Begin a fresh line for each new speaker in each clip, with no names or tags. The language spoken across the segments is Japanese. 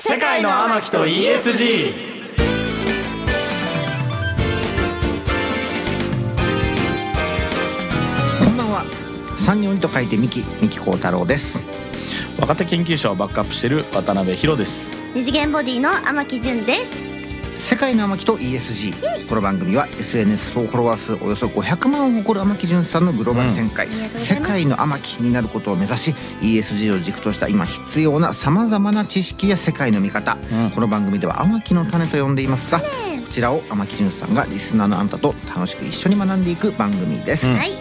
世界の天木と ESG
こんばんは。三人鬼と書いてミキ、ミキコ太郎です。
若手研究者をバックアップしている渡辺博です
二次元ボディの天木純です
世界の天木と ESG。この番組は SNS フォロワー数およそ500万を誇る天木潤さんのグローバル展開、
うんありがとうござ
世
います
界の天木になることを目指し、ESG を軸とした今必要なさまざまな知識や世界の見方、
うん
この番組では天木の種と呼んでいますが、こ
え
ちらを天木潤さんがリスナーのあなたと楽しく一緒に学んでいく番組です。
うん
はい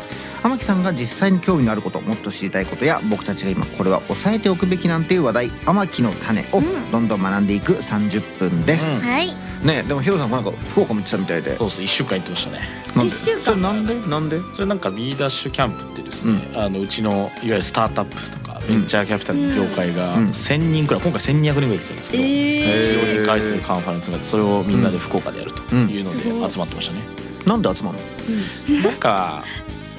天木さんが実際に興味のあることもっと知りたいことや僕たちが今これは押さえておくべきなんていう話題「天木の種」を
うん
どんどん学んでいく30分です、
はい
ねでもヒロさんこのなんか福岡も行ってたみたいで
そうっす1週間行ってましたね
なんで
一週間
それなんでなんで
それなんか B ダッシュキャンプってですね、あのうちのいわゆるスタートアップとかベンチャーキャピタルの業界が
うん
1000人くらい今回1200人ぐらい来てるんですけど、
え
そ
へ
れ
ー
を開するカンファレンスがあってそれをみんなで福岡でやるというの
うんうん
で集まってましたね、
なんで集まる
なんか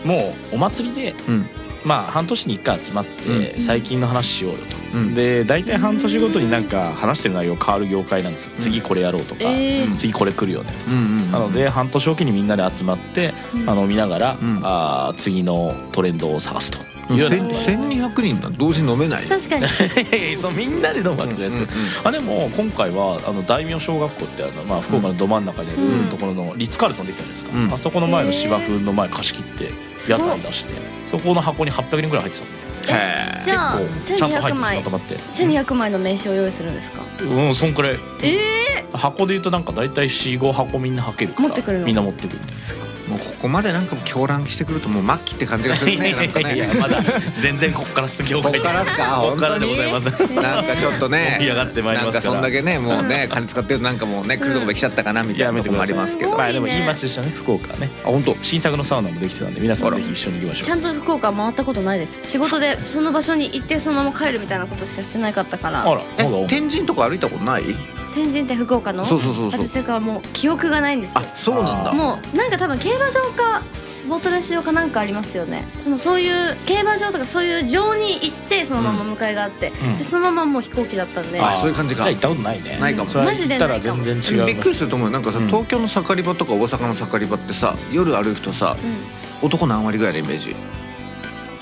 もうお祭りで、
うん
まあ半年に1回集まって、
うん
最近の話しようよと、
うん
で大体半年ごとになんか話してる内容変わる業界なんですよ、次これやろうとか、
え
うん
次これ来るよね
の、うんうん
なので半年おきにみんなで集まって、あの見ながら、
うん
あー次のトレンドを探すというような
千千二百人なん同時に飲めない
確かに
そうみんなで飲むわけじゃないですか、あでも今回はあの大名小学校ってあの、まあ、福岡のど真ん中にあ
う
る
ん
ところのリッツ・カールトンできたじゃないですか、
うん
あそこの前の芝生の前貸し切って
す
屋
ご
台
い
出してそこの箱に800人ぐらい入ってたもんね
へ
じゃあ
結構ちゃんと入
1200
って
枚
まとまって
1200枚の名刺を用意するんですか
うんそんくらい
え
箱でいうとなんか大体45箱みんなはけるから
持ってくるの
みんな持ってくるみたいな
すごい
えもうここまでなんか狂乱してくるともう末期って感じがするねなんかね
いやいやまだ全然こっからす業
ここ
界で
からっすか
こっからでございますす
なんかちょっとね
盛り上がってまいり
な
ま
んか
すか
そん
ら
だけねもうね金使ってるとなんかもうね来るとこまで来ちゃったかなみた
や
いな
め
と
て
こ
く
もあ
だ
り
さい
ますけど
すご
ま
い
あ
ね
でもいい街でしたね福岡はねあ本当新作のサウナもできてたんで皆さんぜひ一緒に行きましょう
ちゃんと福岡回ったことないです仕事でその場所に行ってそのまま帰るみたいなことしかしてなかったか
あ
ら
ら、
え
まだ
天神とか歩いたことない
天神って福岡の
そうそうそうそう
私とかもう記憶がないんです
あ
よ
そうなんだ
あ
もうなんか多分競馬場かボートレース場かなんかありますよねそのそういう競馬場とかそういう場に行ってそのまま向かいがあって、
うん
でそのままもう飛行機だったんで、
あそういう感じか
じゃあ行ったことないね。
ないかも
それ
マジでないかも
行ったら全然違う。
びっくりすると思うよなんかさ、
うん
東京の盛り場とか大阪の盛り場ってさ夜歩くとさ
うん、
男何割ぐらいのイメージ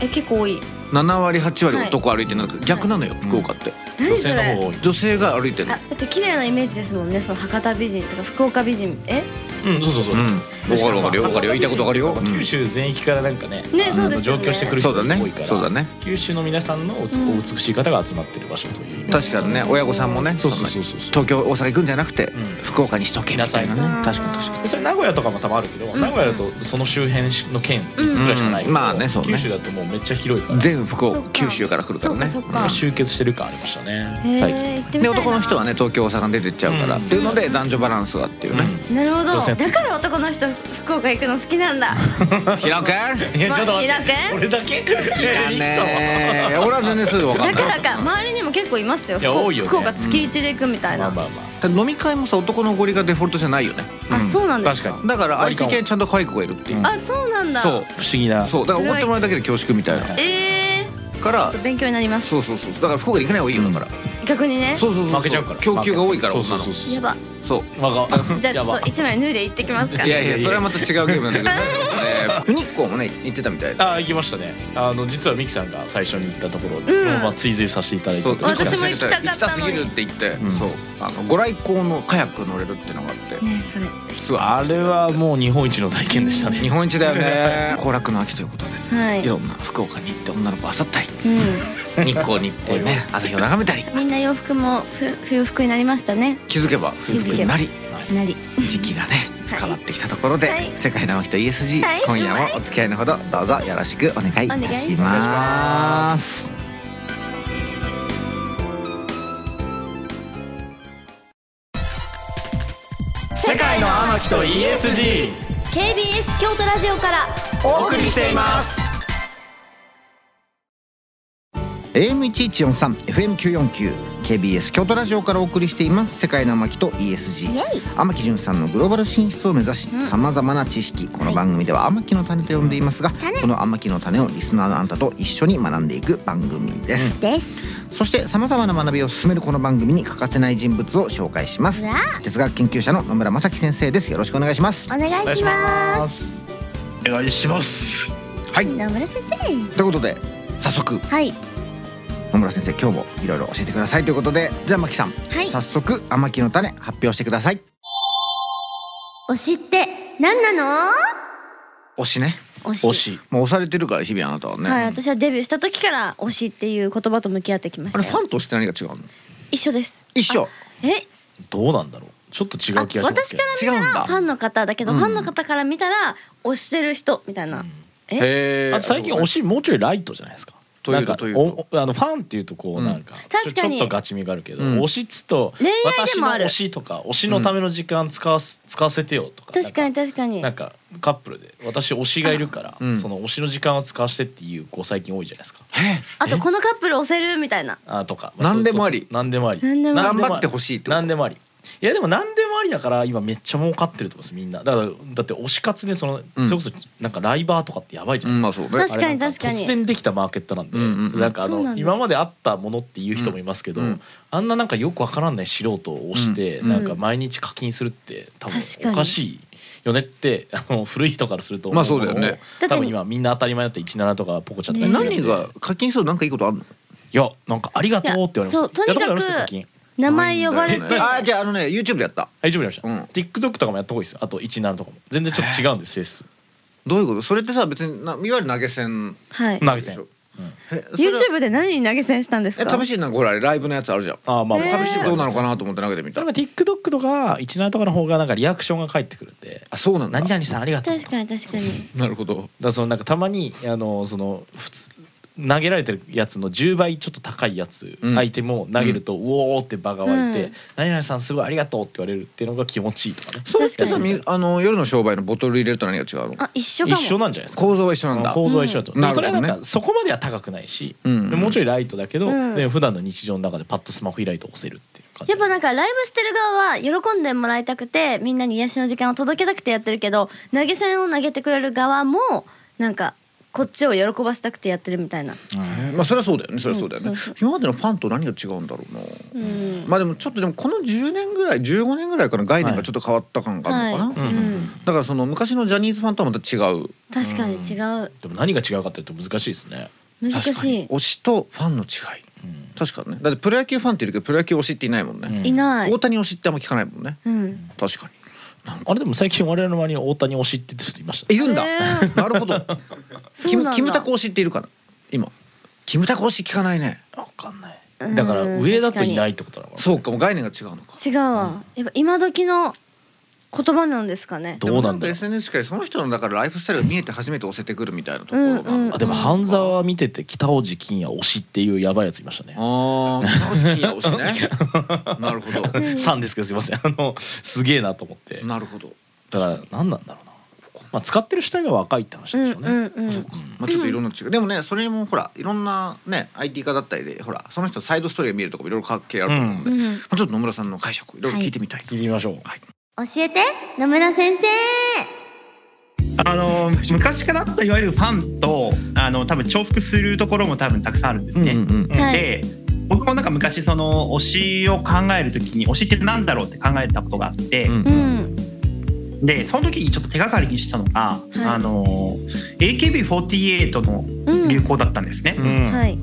え結構多い
7割8割
はい
男歩いてるの逆なのよ、
い
福岡って
何
女
そ
性の
れ
方多い。
女性が歩いてる
あだって綺麗なイメージですもんねその博多美人とか福岡美人え
うん、そうそうそう
うん。わかるわかるよわかるよ言いたいことわかるよ、
九州全域からなんかね、
ね
あの
そうですよ
上
ね
京してく
う
る
んそ
人
う
が
だ
多い
ね
から、
そうだね
九州の皆さんのおつ
うん
お美しい方が集まってる場所という。
確かにね親御さんもね
そう
そ
そ
ん
う
な
そうそう。
東京大阪行くんじゃなくて、
うん
福岡にしとけみたいなね
なさい
確かに確か
それ名古屋とかも多分あるけど、
ん
名古屋だとその周辺の県いくつぐらいしかないけど、
うんまあねそうね
九州だともうめっちゃ広いから、
に全福
そっ
岡
か
九州から来るからね
そっかそっか
うん
集結してる感ありましたね。
へ
最近。
え行ってみ
で
たいな
男の人はね東京大阪に出てっちゃうから、
うん
っていうので男女バランスがっていうね、
なるほど
女性
だから男の人福岡行くの好きなんだ
平くん
うんいやちょっと待っ
まあ平
て。
君
俺だけ？
だね俺は全然すぐ分か
だ
んな
か
い
らか周りにも結構いますよ
いや
福岡
多いよね
福岡月一で行くみたい
ま
な、
あまあま
だから飲み会もさ男のおごりがデフォルトじゃないよね
あ。
あそうなんですか
確か
だから愛知
割り
県ちゃんと可愛い子がいるっていう、
うん
あそうなんだ
そう
に不思議な。
そうだからおごってもらうだけで恐縮みたいな
は
ええ
か
ちょ
ら
っと勉強になります
そうそうそうだから福岡に行かない方がいいよだから、
逆にね
そうそうそうそう
負けちゃうから。
供給が多いから
そう
女
そうそ
の子
うそう。
やば
そう
わか
じゃあちょっと一枚脱いで行ってきますか
い
ら
やいやそれはまた違うゲームなん だけどねえー日光もね行ってたみたいだ
ああ行きましたね。あの実はミキさんが最初に行ったところを
うん
そのまま追随させていただいて、
そう
私も
日光
行きたかったのに
行きたすぎるって言って、
ん
そうあのご来光のカヤック乗れるっていうのがあって
ねえそれ
すごい
あれはもう日本一の体験でしたね。
日本一だよ ね行楽の秋ということで
はい
いろんな福岡に行って女の子あさ ったり
う
日光に行ってね 朝日を眺めたり
ん、みんな洋服もふ 冬服になりましたね
気づけば冬服になり
なり
時期がね
はい
深まってきたところで、
はい
世界の秋と ESG、
はい
今夜もお付き合いのほどどうぞよろしくお願いいたし
お願いし
ます。
世界の天木と ESG
KBS 京都ラジオから
お送りしています。
AM 一一四三 FM 九四九 KBS 京都ラジオからお送りしています世界の天木と ESG。
イエイ
天木純さんのグローバル進出を目指し
うん
さまざまな知識この番組では天木の種と呼んでいますが
種
その天木の種をリスナーのあなたと一緒に学んでいく番組です
です
そしてさまざまな学びを進めるこの番組に欠かせない人物を紹介します
わ
哲学研究者の野村正樹先生ですよろしくお願いします
お願いします
すお願いします
はい
野村先生
ということで早速
はい
野村先生今日もいろいろ教えてくださいということでじゃあ牧さん
はい
早速「甘木の種」発表してください
推しって何な
推しね
の推し
推し
もう押されてるから日々あなたはね、
は
あ
い
れ
私はデビューした時から推しっていう言葉と向き合ってきました
ファ
よ
ンとして何が違うの
一緒です
一緒
え
どうなんだろうちょっと違
あ
う気がします
私
け
か
ど
違
ら
うんだ
ファンの方だけど、
うん
ファンの方から見たら推してる人みたいな、え
へー
あと最近推しもうちょいライトじゃないですか。
と
な
いうと
んか
というと
おおあのファンっていうとこ
う
うんなんか,、
確かに
ちょっとガチみがあるけど、
うん
推しっつと
恋愛
私
で
の
もある
推しとか推しのための時間使わす使わせてよとか
確かに確かに
なんかなんかカップルで私推しがいるから、
うん
その推しの時間を使わせてっていう子最近多いじゃないですか。
え
あとこのカップル推せるみたいな
あとか、
何でもあり
そうそう何でもあり
何でもあり
頑張ってほしいってこと
何でもありいやでも何でもありだから今めっちゃ儲かってると思いますみんなだからだって推し活でその、
うん
それこそなんかライバーとかってやばいじゃ
う
ないです
ん
か
まあそうね
確かに
あれなん
確かに
突然できたマーケットなんで、
うんうんうん
なんかあ
そうな
の
んだ
今まであったものっていう人もいますけど、
うんうん
あんななんかよくわからない素人を押して、
うん
なんか毎日課金するって多分
確かに
おかしいよねってあの古い人からすると思
まあそうだよね
も
だって
多分今みんな当たり前だった17とかポコちゃんとか
ね
言ってるん
何
で
が課金するとなんかいいことあるの
いやなんかありがとうって言われまし
いや
た
そうとにかく
やったことありますよ課金
名前呼ばれて、
ないんだよねあじゃああのね YouTube でやった
大丈夫やりました、
うん
TikTok とかもやった方がいいですよあと17とかも全然ちょっと違うんです性質
どういうことそれってさ別にないわゆる投げ銭
はい
投げ銭
でしょ
うん
えそれは
YouTube で何に投げ銭したんです
え
か
試しになんかほらライブのやつあるじゃん
ああまあ、
えー
試しにどうなのかなと思って投げてみ
で
た
も TikTok とか17とかの方がなんかリアクションが返ってくるんで
あそうな
「
んだ
何々さんありがとう」と
確かに確かに
なるほど
だからそのなんかたまにあのその普通投げられてるやつの10倍ちょっと高いやつ、
うん
相手も投げると「うおー」って場が湧いて「
うん
何々さんすごいありがとう」って言われるっていうのが気持ちいいとかね
それって
確
さ
かに
みあの夜の商売のボトル入れると何が違うの
あ一緒か
一
も
緒なんじゃないですか
構造は一緒なんだ
構造は一緒だと、
うん
でもそれは
なる
な
ほ
ん
ど
かそこまでは高くないし、
うん
でもうちょいライトだけど、
うん
で普段の日常の中でパッとスマホ開いて押せるっていう感じ
やっぱなんかライブしてる側は喜んでもらいたくてみんなに癒しの時間を届けたくてやってるけど投げ銭を投げてくれる側もなんかこっちを喜ばせたくてやってるみたいな。
うん
えーまあそれはそうだよねそれはそうだよね、
うんそうそう
今までのファンと何が違うんだろうな
うん
まあでもちょっとでもこの10年ぐらい15年ぐらいから概念がちょっと変わった感があるのかな、
は
う
い
んうんうん
だからその昔のジャニーズファンとはまた違う
確かに違う
でも何が違うかっていうと難しいですね、
難しい
推しとファンの違い
うん
確かにねだってプロ野球ファンっているけどプロ野球推しっていないもんね、
いない
大谷推しってあんま聞かないもんね
うん
確かになんか
あれでも最近我々の周りに大谷推しって人いましたね
いるんだ、
えー
なるほど
そ
キ
う
ム
なんだ
キムタク推しっているかな今キムタク推し聞かないね
わかんない
うん
だから上だといないってことなのかな
そうかもう概念が違うのか
違うわやっぱ今時の言葉なんですかね
どうなんだ
でもか
ろう
SNS 界その人のだからライフスタイルが見えて初めて押せてくるみたいなところがあるのか
うん
な、
うん
あでも半沢見てて北大路欣也推しっていうやばいやついましたね
あー直樹推しねなるほど
うん
さんですけどすいませんあのすげえなと思って
なるほど
だから何なんだろうなまあ使ってる主体が若いって話
う
で
んう
しょうね
んうん
うん
まあ、ちょっといろんな違う、でもねそれもほらいろんなね IT 化だったりでほらその人のサイドストーリーが見えるとかもいろいろ関係あると思うんで、
う
ま
ん
あ、ちょっと野村さんの解釈をいろいろ聞いてみたい、
聞いてみましょう
教えて野村先生
あの昔からあったいわゆるファンとあの多分重複するところも多分たくさんあるんですね。
ん
はい
で僕もなんか昔その推しを考える時に推しって何だろうって考えたことがあって、
ん
うん
でその時にちょっと手がかりにしたのが、
い
あの AKB48 の
うん
流行だったんですね。
う
うん
はい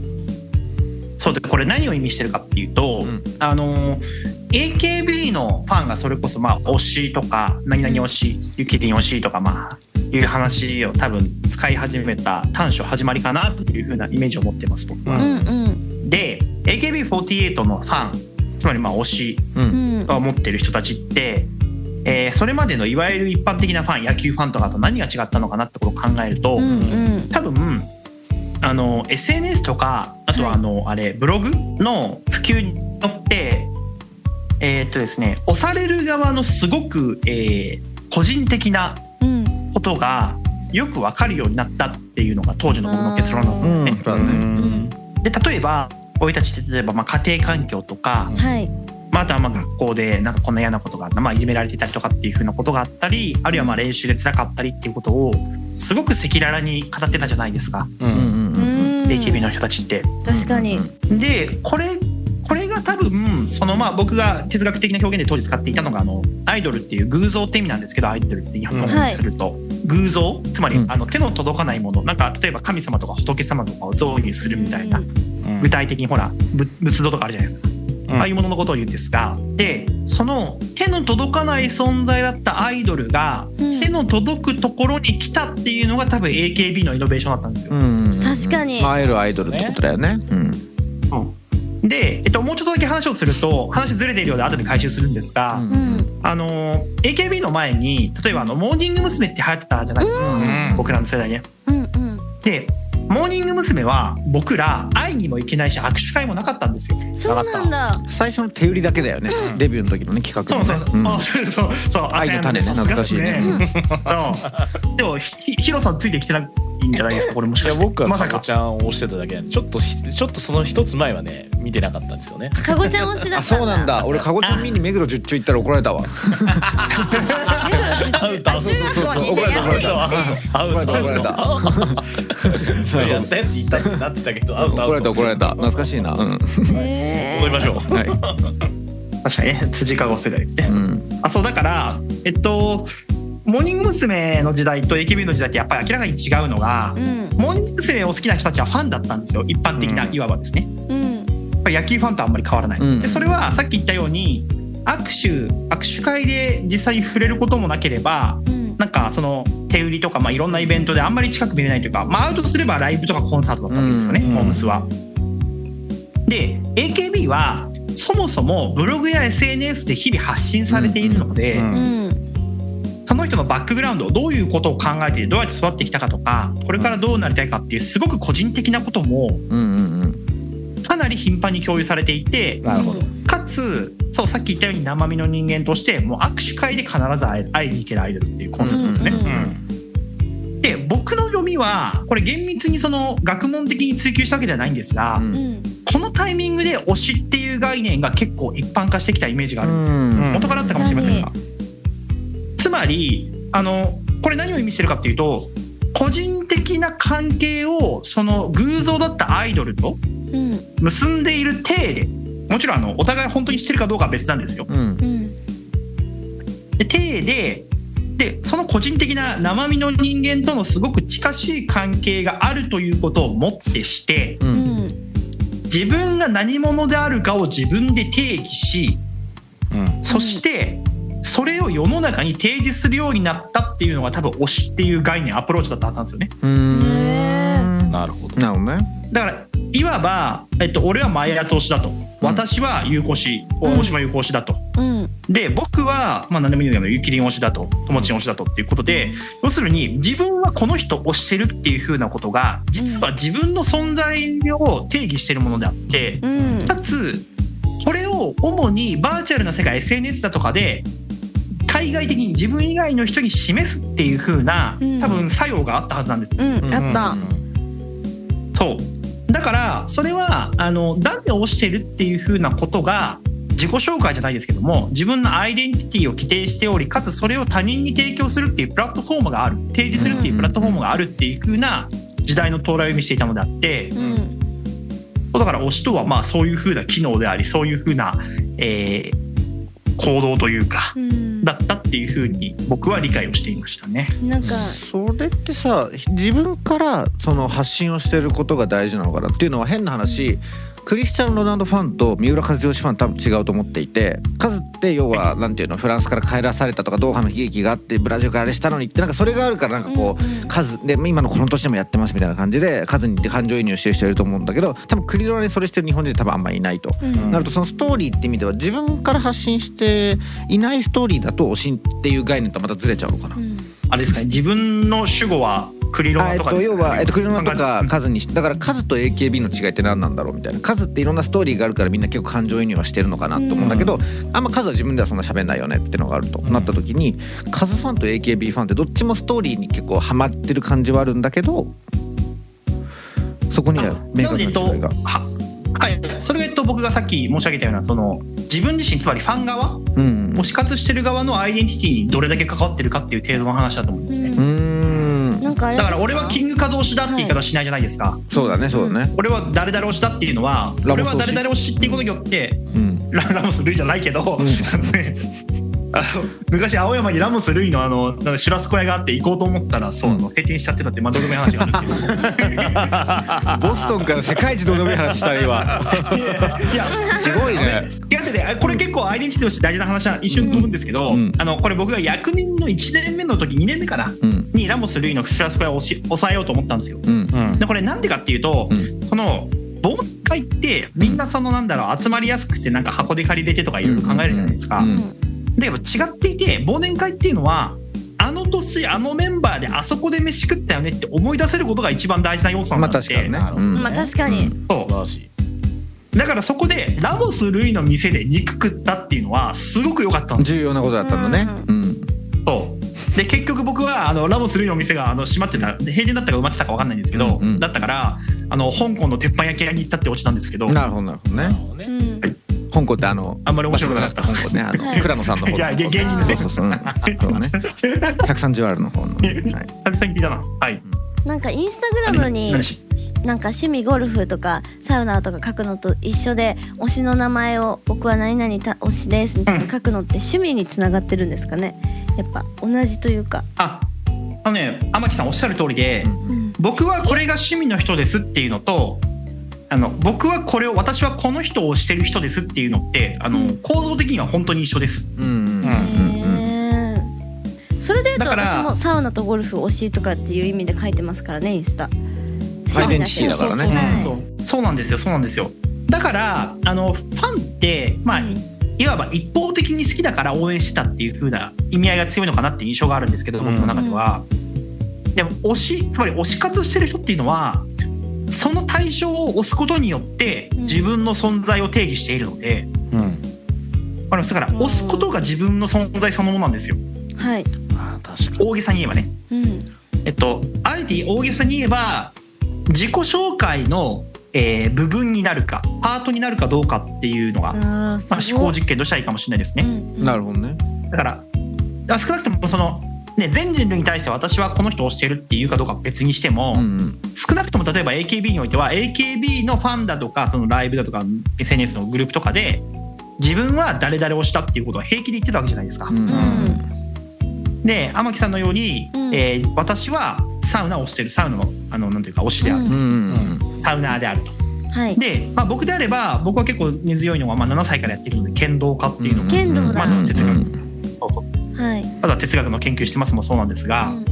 そうでこれ何を意味してるかっていうと、
うん
あの AKB のファンがそれこそまあ推しとか何々推し、ゆきりん推しとかまあいう話を多分使い始めた短所始まりかなというふうなイメージを持ってます僕
う
は。
んうん
で AKB48 のファンつまりまあ推し
うん
を持ってる人たちって、えーそれまでのいわゆる一般的なファン野球ファンとかと何が違ったのかなってことを考えると、
うんうん
多分あの SNS とかあとはあの、あれブログの普及によってえーっとですね押される側のすごく、えー個人的な
うん
ことがよくわかるようになったっていうのが当時の僕の結論だったんですね。
そうだね
ん
で例えば俺たちって例えばまあ家庭環境とか、
はい
まあ、あとはまあ学校でなんかこんな嫌なことがあった、まあ、いじめられてたりとかっていうふうなことがあったりあるいはまあ練習で辛かったりっていうことをすごく赤裸々に語ってたじゃないですか。
うん
うんう
う
んうん
んん
AKB の人たちって。
確かに
うんうん
でこれこれが多分そのまあ僕が哲学的な表現で当時使っていたのがあのアイドルっていう偶像って意味なんですけどアイドルって日本語にすると、偶像つまり、
うん
あの手の届かないものなんか例えば神様とか仏様とかを贈与するみたいな、具体的にほらぶ仏像とかあるじゃないですか、
うん
ああいうもののことを言うんですがでその手の届かない存在だったアイドルが、
うん
手の届くところに来たっていうのが多分 AKB のイノベーションだったんですよ。
うん
確かに
まあ会えるアイドルってことだよねうん
で、えっと、もうちょっとだけ話をすると話ずれているようで後で回収するんですが、
うん
うん
あの AKB の前に例えばあのモーニング娘。って流行ってたじゃないですか、
うん
僕らの世代ね。
うんうん
でモーニング娘。は僕ら会いにも行けないし握手会もなかったんですよ。
そうなんだ
最初の手売りだけだよね
うん
デビューの時のね企画
そ
の
うそう
ね
そう、
うん
あそうそうそう
愛の種ね
さすがっす
懐
か
うんでもひひヒロさんついてきてないんじゃないですかこれもし
い
か
や
して
僕は
ま
カ
さ
ゴ
か
ちゃんを押してただけなんでちょっとしちょっとその一つ前はね見てなかったんですよね
かごちゃん推しだ
あ
った
そうなんだ俺カゴちゃん見に目黒十中行ったら怒られたわ
だから中
アウト
学校に
怒
ね
られた
や
怒ら
っぱ
れ
り
た
アウト
怒られた
アウト
そ
そうれやったやついたってなってたけどアウトアウト
怒られた怒られた懐かしいなうん
へー
戻りましょう
はい
確かにね辻かご世代ね
うん
あそうだからえっとモーニング娘。の時代と AKB の時代ってやっぱり明らかに違うのが、
うん
モーニング娘。を好きな人たちはファンだったんですよ一般的な、
うん
いわばですね
うん
やっぱり野球ファンとあんまり変わらない、
うん
でそれはさっき言ったように握手握手会で実際に触れることもなければ
うん
なんかその手売りとか、まあ、いろんなイベントであんまり近く見れないというか、まあ、アウトすればライブとかコンサートだったわけですよね、
うん
モームスは。で AKB はそもそもブログや SNS で日々発信されているので、
うんうん
うん
その人のバックグラウンドどういうことを考えてどうやって育ってきたかとかこれからどうなりたいかっていうすごく個人的なことも
うんうんうん
かなり頻繁に共有されていて
なるほど
かつそうさっき言ったように生身の人間としてもう握手会で必ず会え会いに行けるアイドルっていうコンセプトですよね。
うんうんうん
で僕の読みはこれ厳密にその学問的に追求したわけではないんですが、
うん
うん
このタイミングで推しっていう概念が結構一般化してきたイメージがあるんですよ、
うん
元からだったかもしれませんが。つまりあのこれ何を意味してるかっていうと個人的な関係をその偶像だったアイドルと
うん
結んでいる体でもちろんあのお互い本当に知ってるかどうかは別なんですよ。
うん
うん
で体ででその個人的な生身の人間とのすごく近しい関係があるということをもってして
う
うんん
自分が何者であるかを自分で定義し
うん
そしてそれを世の中に提示するようになったっていうのが多分推しっていう概念アプローチだったはずなんですよね。
うん
へー
なるほど
なるほどね
だからいわば、えっと、俺は前やつ推しだと私は有効し大島有効しだと。
うん
で僕は、まあ、何でもいいんだけどゆきりん推しだと友ちん推しだとっていうことで要するに自分はこの人を推してるっていうふうなことが実は自分の存在を定義してるものであって
うん
かつこれを主にバーチャルな世界 SNS だとかで対外的に自分以外の人に示すっていうふうな
うん
多分作用があったはずなんです。
うんあった
そうだからそれはあの誰を推してるっていう風なことが自己紹介じゃないですけども自分のアイデンティティを規定しておりかつそれを他人に提供するっていうプラットフォームがある提示するっていうプラットフォームがあるっていう風な時代の到来を意味していたのであって
うん
だから推しとはまあそういう風な機能でありそういう風な、えー行動というか
うん
だったっていう風に僕は理解をしていましたね。
なんか
それってさ自分からその発信をしてることが大事なのかなっていうのは変な話クリスチャン・ロナウドファンと三浦和義ファン多分違うと思っていてカズって要はなんていうのフランスから帰らされたとかドーハの悲劇があってブラジルからあれしたのにってなんかそれがあるからなんかこう
うん
カズで今のこの年でもやってますみたいな感じでカズに行って感情移入してる人いると思うんだけど多分クリドラにそれしてる日本人多分あんまりいないと
うん
なるとそのストーリーって意味では自分から発信していないストーリーだと推しっていう概念とまたずれちゃうのかな
う。ん
あれですかね自分の主語はクリロ
あ
ナ
えっ
とか
と
ですか
要
ね
は、えっと、クリロナとか
うん
カズにしだからカズと AKB の違いって何なんだろうみたいなカズっていろんなストーリーがあるからみんな結構感情移入はしてるのかなと思うんだけど、あんまカズは自分ではそんな喋んないよねってのがあると、
うん
なった時にカズファンと AKB ファンってどっちもストーリーに結構ハマってる感じはあるんだけどそこには明確な違いが。
ははい、それがえっと僕がさっき申し上げたようなその自分自身つまりファン側
うん
推し活してる側のアイデンティティにどれだけ関わってるかっていう程度の話だと思うんですね。
うーん
なんかあれ
だから俺はキングカズ推しだって言い方しないじゃないですか、
そうだねそうだね
俺は誰々推しだっていうのは
ラモス推し
俺は誰々推しっていうことによって
うん
ララモス・ルイじゃないけど、ねあの昔青山にラモス・ルイのあのなんかシュラスコ屋があって行こうと思ったらそうあの閉店しちゃってたってまあどうでもいい話があるんです
ボストンから世界一どうでもいい話したら今
けどいやいや
すごいね
違っててあこれ結構アイデンティティとして大事な話な一瞬飛ぶんですけど、
うんうん
あのこれ僕が役人の1年目の時2年目かな
うん
にラモス・ルイのシュラスコ屋を押し抑えようと思ったんですよ
うん
うん
でこれなんでかっていうと、
う
その忘年会ってみんなそのなんだろう集まりやすくてなんか箱で借りれてとかいろいろ考えるじゃないですか、
うん
だけど違っていて忘年会っていうのはあの年あのメンバーであそこで飯食ったよねって思い出せることが一番大事な要素
ま
な
あ
んだっ
確
て、
かにね
なるほど
うん
まあ確かに、
そ
素晴らしいう
だからそこでラモス・ルイの店で肉食ったっていうのはすごく良かったんです
重要なことだったんだねうん
よで結局僕はあのラモス・ルイの店があの閉まってた平年だったか埋まってたか分かんないんですけど、
うんうん
だったからあの香港の鉄板焼き屋に行ったって落ちたんですけど
なるほどなるほど
なる
ね
ほど
う
ね
ん
香港ってあの
あんまり面白くなかった
香港ねあ
はい
の倉野さんの方
いや芸人
のね
そうそうそううん そうね130あるの方のねはい
久々に聞いたなはい
なんかインスタグラムに
何し
なんか趣味ゴルフとかサウナとか書くのと一緒で推しの名前を僕は何々た推しですみたいな書くのって趣味につながってるんですかねやっぱ同じというか、
ああのね天木さんおっしゃる通りで、
うん
僕はこれが趣味の人ですっていうのとあの僕はこれを私はこの人をしてる人ですっていうのってあの構造的には本当に一緒です
うんうんうんうん
へーそれでいうと
だから
私もサウナとゴルフ推しとかっていう意味で書いてますからねインスタ
アイデンティティだからね
そうそうそうそうそうなんですよそうなんですよだからあのファンってまあいいわば一方的に好きだから応援してたっていう風な意味合いが強いのかなっていう印象があるんですけど、
うん
僕の中では。でも推しつまり推し活してる人っていうのはその対象を推すことによって
うん
自分の存在を定義しているので、
うん
わかりますだから
うん
押すことが自分の存在そのものなんですよ
はい、
あー確かに
大げさに言えばね
うん、
えっとあえて大げさに言えば自己紹介の、えー部分になるかパートになるかどうかっていうのが、
あー
まあ、
す
思
ご
考
い
実験としてはいいかもしれないですね、
うん
なるほどね
だからあ少なくともその、ね、全人類に対して私はこの人を推してるっていうかどうかは別にしても、
うん
少なくとも例えば AKB においては AKB のファンだとかそのライブだとか SNS のグループとかで自分は誰々をしたっていうことは平気で言ってたわけじゃないですか。
うんうん
うん
で天木さんのように、
うん
えー私はサウナをしてるサウナのあのなんていうか推しである、
う
うんうん
サウナーであると
はい
で、まあ、僕であれば僕は結構根強いのは、まあ、7歳からやってるので剣道家っていうのも、
ん剣道だ
まあ哲学
うん
そうそう
はい、
あとは哲学の研究してますもそうなんですが、
うん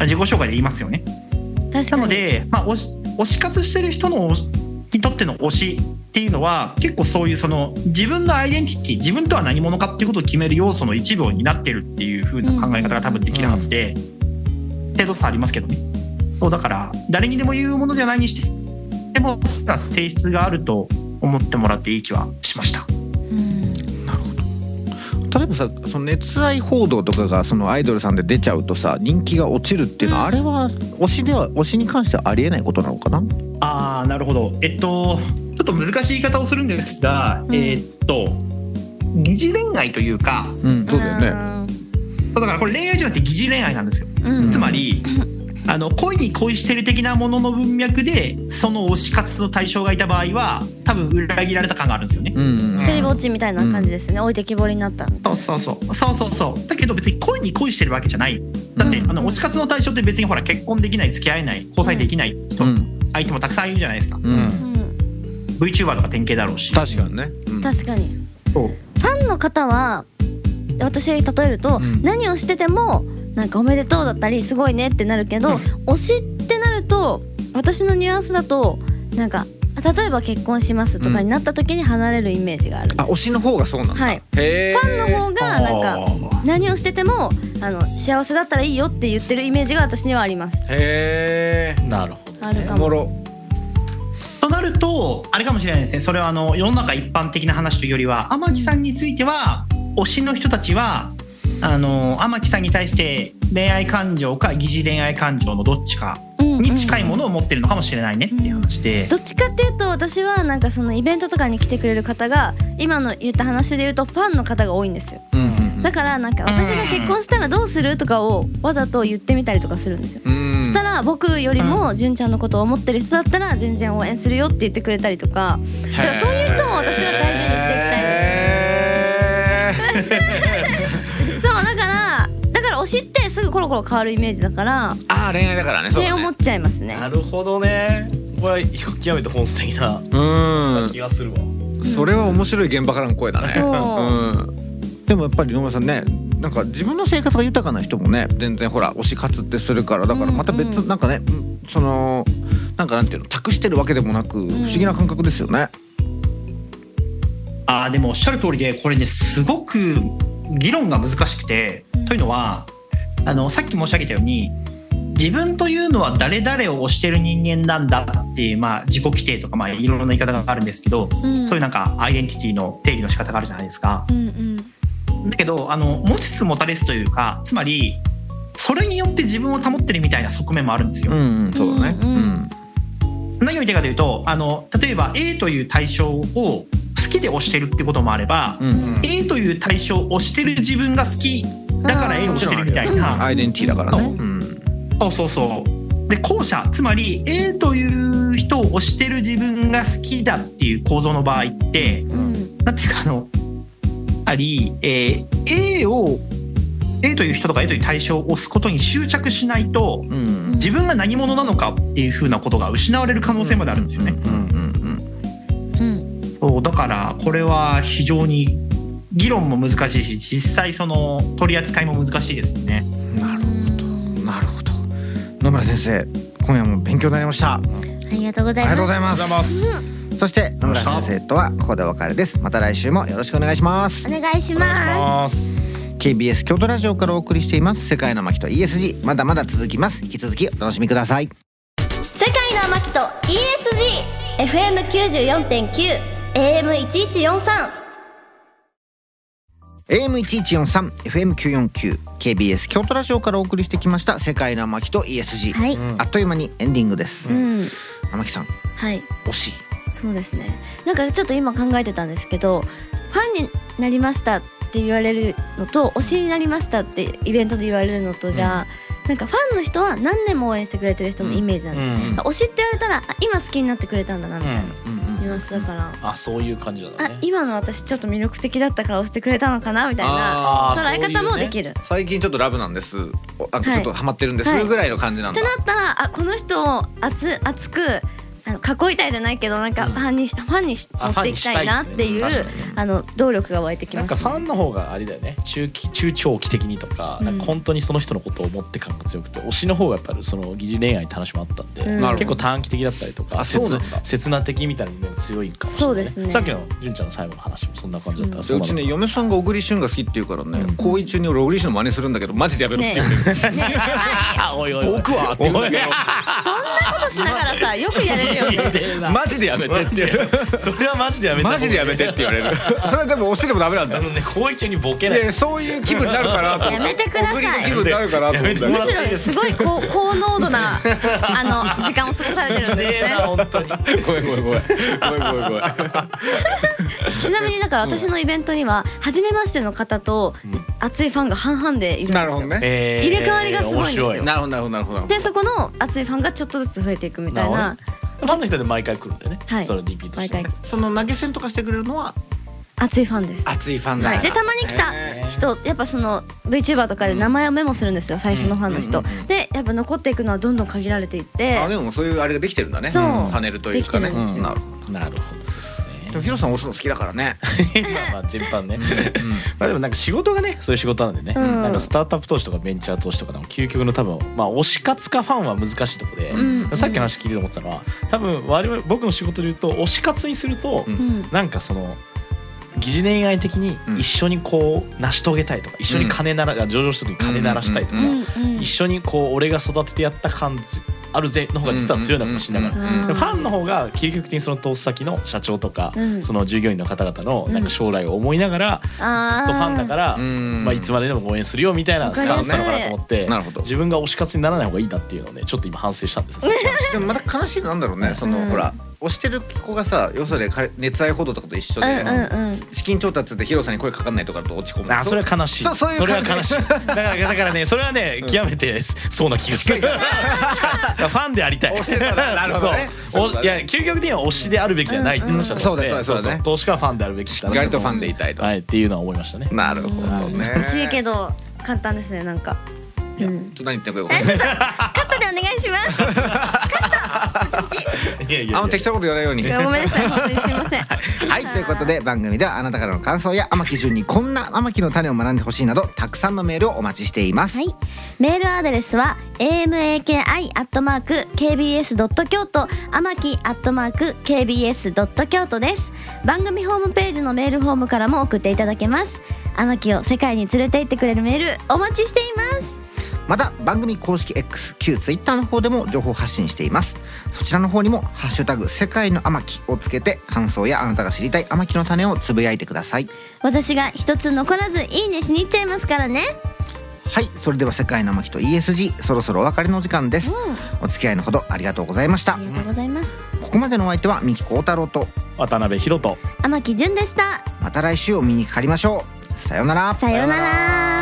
自己紹介で言いますよね
うん、確か
な
に
ので、まあ、推し推し活してる人の推しにとっての推しっていうのは結構そういうその自分のアイデンティティ自分とは何者かっていうことを決める要素の一部を担ってるっていう風な考え方が多分できるはずで、程度差ありますけどねそうだから誰にでも言うものじゃないにしてでもそうな性質があると思ってもらっていい気はしました。
うん
例えばさその熱愛報道とかがそのアイドルさんで出ちゃうとさ人気が落ちるっていうのは、
うん
あれは推しでは推しに関してはありえないことなのかな
あーなるほどえっとちょっと難しい言い方をするんですが、
うん
えっと疑似恋愛というか
うんそうだよね
そうだからこれ恋愛じゃなくて疑似恋愛なんですよ
うん
つまりあの恋に恋してる的なものの文脈でその推し活の対象がいた場合は多分裏切られた感があるんですよね。
うんうん
一人ぼっちみたいな感じですね、置いてきぼりになった
そうそうそうそうそうそうだけど別に恋に恋してるわけじゃないだって、
うん
あの推し活の対象って別にほら結婚できない付き合えない交際できない人、
うん
相手もたくさんいるじゃないですか、
うん、
うん、
VTuber とか典型だろうし
確かにね、うん
確かに
そう
ファンの方は私例えると、
うん
何をしててもなんかおめでとうだったりすごいねってなるけど、
うん
推しってなると私のニュアンスだとなんか例えば結婚しますとかになった時に離れるイメージがあるんで
あ
す、
推しの方がそうなんだ、
はい
へえ
ファンの方がなん
あ
か
ー
何をしててもあの幸せだったらいいよって言ってるイメージが私にはあります
へ
なるほど
ある
え
か
お
も
もろ
となるとあれかもしれないですねそれはあの世の中一般的な話というよりは天木さんについては推しの人たちはあの天木さんに対して恋愛感情か疑似恋愛感情のどっちかに近いものを持ってるのかもしれないねっていう話で
ど。っちかっていうと私はなんかそのイベントとかに来てくれる方が今の言った話で言うとファンの方が多いんですよ
うんうんうん
だからなんか私が結婚したらどうするとかをわざと言ってみたりとかするんですよ。
うん
したら僕よりも純ちゃんのことを思ってる人だったら全然応援するよって言ってくれたりとかだからそういう人も私は大事にしていきたいです。
へー
そうだからだから推しってすぐコロコロ変わるイメージだからっ
ああ恋愛だからねそう
て
だ
思
ね
っちゃいますね
なるほどねこれは極めて本質的な
うん
気がするわ、
それは面白い現場からの声だね
そう
うんでもやっぱり野村さんねなんか自分の生活が豊かな人もね全然ほら推し活ってするからだからまた別、
うんうん
なんかねうんそのなんかなんていうの託してるわけでもなく不思議な感覚ですよね。
あーでもおっしゃる通りでこれねすごく議論が難しくてというのはあのさっき申し上げたように自分というのは誰々を推してる人間なんだっていう、まあ、自己規定とか、まあ、いろんな言い方があるんですけど、
うん
そういうなんかアイデンティティの定義の仕方があるじゃないですか。
うんうん
だけどあの持ちつ持たれつというかつまりそれによって自分を保ってるみたいな側面もあるんですよ。
うん、うん、そうだね。う
うんうん
ん、
何を言いたいかというとあの例えば A という対象を好きで推してるってこともあれば、
うん、うん、
A という対象を推してる自分が好きだから A を推してるみたいな
アイデンティティだからね。
う
うん、
そうそうそうで後者つまり A という人を推してる自分が好きだっていう構造の場合って
うん
なんていうかあのあり、えー A を A という人とか A という対象を推すことに執着しないと
うん、うん、
自分が何者なのかっていうふうなことが失われる可能性まであるんですよね。
うん、
うん
そうだからこれは非常に議論も難しいし実際その取り扱いも難しいですよね。
うん、なるほど、なるほど。野村先生、今夜も勉強になりました。あ
ありがとうござ
り
い
がとうご
ます
ざいます。そして野村先生とはここでお別れです。また来週もよろしくお願いします。
お願いします
KBS 京都ラジオからお送りしています世界の巻と ESG まだまだ続きます引き続きお楽しみください
世界のマキと ESG FM 九十四点九 AM 一一四三
AM1143 FM949 KBS 京都ラジオからお送りしてきました世界の巻と ESG、
はい、
あっという間にエンディングです
うん、
天木さん
はい
惜しい
そうですねなんかちょっと今考えてたんですけどファンになりましたって言われるのと推しになりましたってイベントで言われるのとじゃあ、なんかファンの人は何年も応援してくれてる人のイメージなんですよ、
うん
推しって言われたらあ今好きになってくれたんだなみたいなニュアンスだから、
あそういう感じなんだ
あ
ね
今の私ちょっと魅力的だったから推してくれたのかなみたいな
あー
捉え方も
そう
で
いうね
きる。
最近ちょっとラブなんですおなんか
はい
ちょっとハマってるんです、
はい
ぐらいの感じなん
っ
だ
てなったらあこの人を熱熱くあの囲いたいじゃないけどなんか
うん
ファンに、ファンにし持
あ
っていきたいなっていう
ファンにしたいってね
あの動力が湧いてき
な
ま
ん
す、
か
ね
フ。ァンの方があれだよね中期中長期的にとか,、
うん
なんか本当にその人のことを思って感が強くて推しの方がやっぱりその疑似恋愛って話もあったんで、
うんなるほど
結構短期的だったりとか
あそうなんだ
切切な的みたいなのも強いかもしれない、
そうですね
さっきの純ちゃんの最後の話もそんな感じだったら
で
そうなの
ち
か
ね嫁さんが小栗旬が好きっていうからね、
うん
行為中に俺小栗旬の真似するんだけどマジでやめろって言ってる、
ね
あおいおいおい
僕はって言うんだけど
そんなことしながらさよくやれるよね。
マジでやめてっていう
それはマジでやめた方が
マジでやめてって言われるそれはでも押してでもダメなんだ
あのね行為中にボケ
い
ない
やそういう気分になるかなと思
やめてください
送りの気分になるかなと思った
や
む
め
しろすごい高高濃度なあの時間を過ごされてるんですね。
本当に
ごめんごめんごめんごめんごめんごめん
ちなみにだから私のイベントには初めましての方と
ん
熱いファンが半々でいるんですよ。
なるほどね
え
入れ替わりがすごいんですよ
面白
なるほどなるほどなるほど
でそこの熱いファンがちょっとずつ増えていくみたい
な
な
るファンの人で毎回来るんだよね、
はい
それリピートして、
毎回
ね、
その投げ銭とかしてくれるのは
熱いファンです。
熱いファンだか
は
ら
い、でたまに来た人やっぱその VTuber とかで名前をメモするんですよ最初のファンの人
うんうんうんうん
でやっぱ残っていくのはどんどん限られていって
あでもそういうあれができてるんだね
そう
うんパネルというかね
できてるんですよ
うんなる
な
ほ
るほどですね
どでもヒロさん押すの好きだから ね
まあまあ全般ね、
うん
まあでもなんか仕事がねそういう仕事なんでね、
うん
なんかスタートアップ投資とかベンチャー投資とかの究極の多分まあ推し活かファンは難しいとこで、
うん
さっきの話聞いてて思ってたのは多分我々僕の仕事で言うと推し活にすると、
うん
うん
なんかその疑似恋愛的に
うん
一緒にこう成し遂げたいとか、一緒に金なら上場した時に金ならしたいとか、
うん
うんうん
一緒にこう俺が育ててやった感じあるぜの方が実は強いのかもしれないからら。でファンの方が究極的にその投資先の社長とか、
うん
その従業員の方々のなんか将来を思いながら、ずっ
ずっとフ
とファンだから、まあ、いつ
も
まででも応援するよみたいなスタンスなのかなと思って、
なるほど
自分が推し活にならない方がいいなっていうのをねちょっと今反省したんですよ。
でもまた悲しいのなんだろうねその、
うん
ほら押してる子がさ要するに彼熱愛報道とかと一緒
う
で、
んうんうん
資金調達でヒロさんに声かかんないとかだと落ち込む
あそれは悲しい
そうそういう
れは
感じ
悲しいだからだからねそれはね
うん
極めてそうな気がするフ ァンでありたい
推してたらなるほどね
そうお
そういうこと
いや
だね
究極的には推しであるべきではないって言いましたの
うんうんそうだそうだそうだね
投資家はファンであるべきし
しっかりとファンでいたいと、
はいっていうのは思いましたね
なるほどね
難しいけど簡単ですねなんか。
いや
うん
ちょっと何言ってんのか
え
よくわかん
ち
な
ょっ
い
とカットでお願いします。
いやいやいや
あんま適当なこと言わないように
ごめんなさい本当にすいません。
はいということで番組ではあなたからの感想や天木順にこんな天木の種を学んでほしいなどたくさんのメールをお待ちしています、
はいメールアドレスは amaki アットマーク kbs ドット京都天木アットマーク kbs ドット京都です。番組ホームページのメールフォームからも送っていただけます。天木を世界に連れて行ってくれるメールお待ちしています。
また番組公式 X 旧 Twitter の方でも情報発信していますそちらの方にも「ハッシュタグ世界の天木」をつけて感想やあなたが知りたい天木の種をつぶやいてください
私が一つ残らずいいねしに行っちゃいますからね。
はいそれでは「世界の天木」と ESG そろそろお別れの時間です
うん。
お付き合いのほどありがとうございました
ありがとうございます。
ここまでのお相手は三木幸太郎と
渡辺博人
天木純でした。
また来週お見にかかりましょうさようなら
さようなら。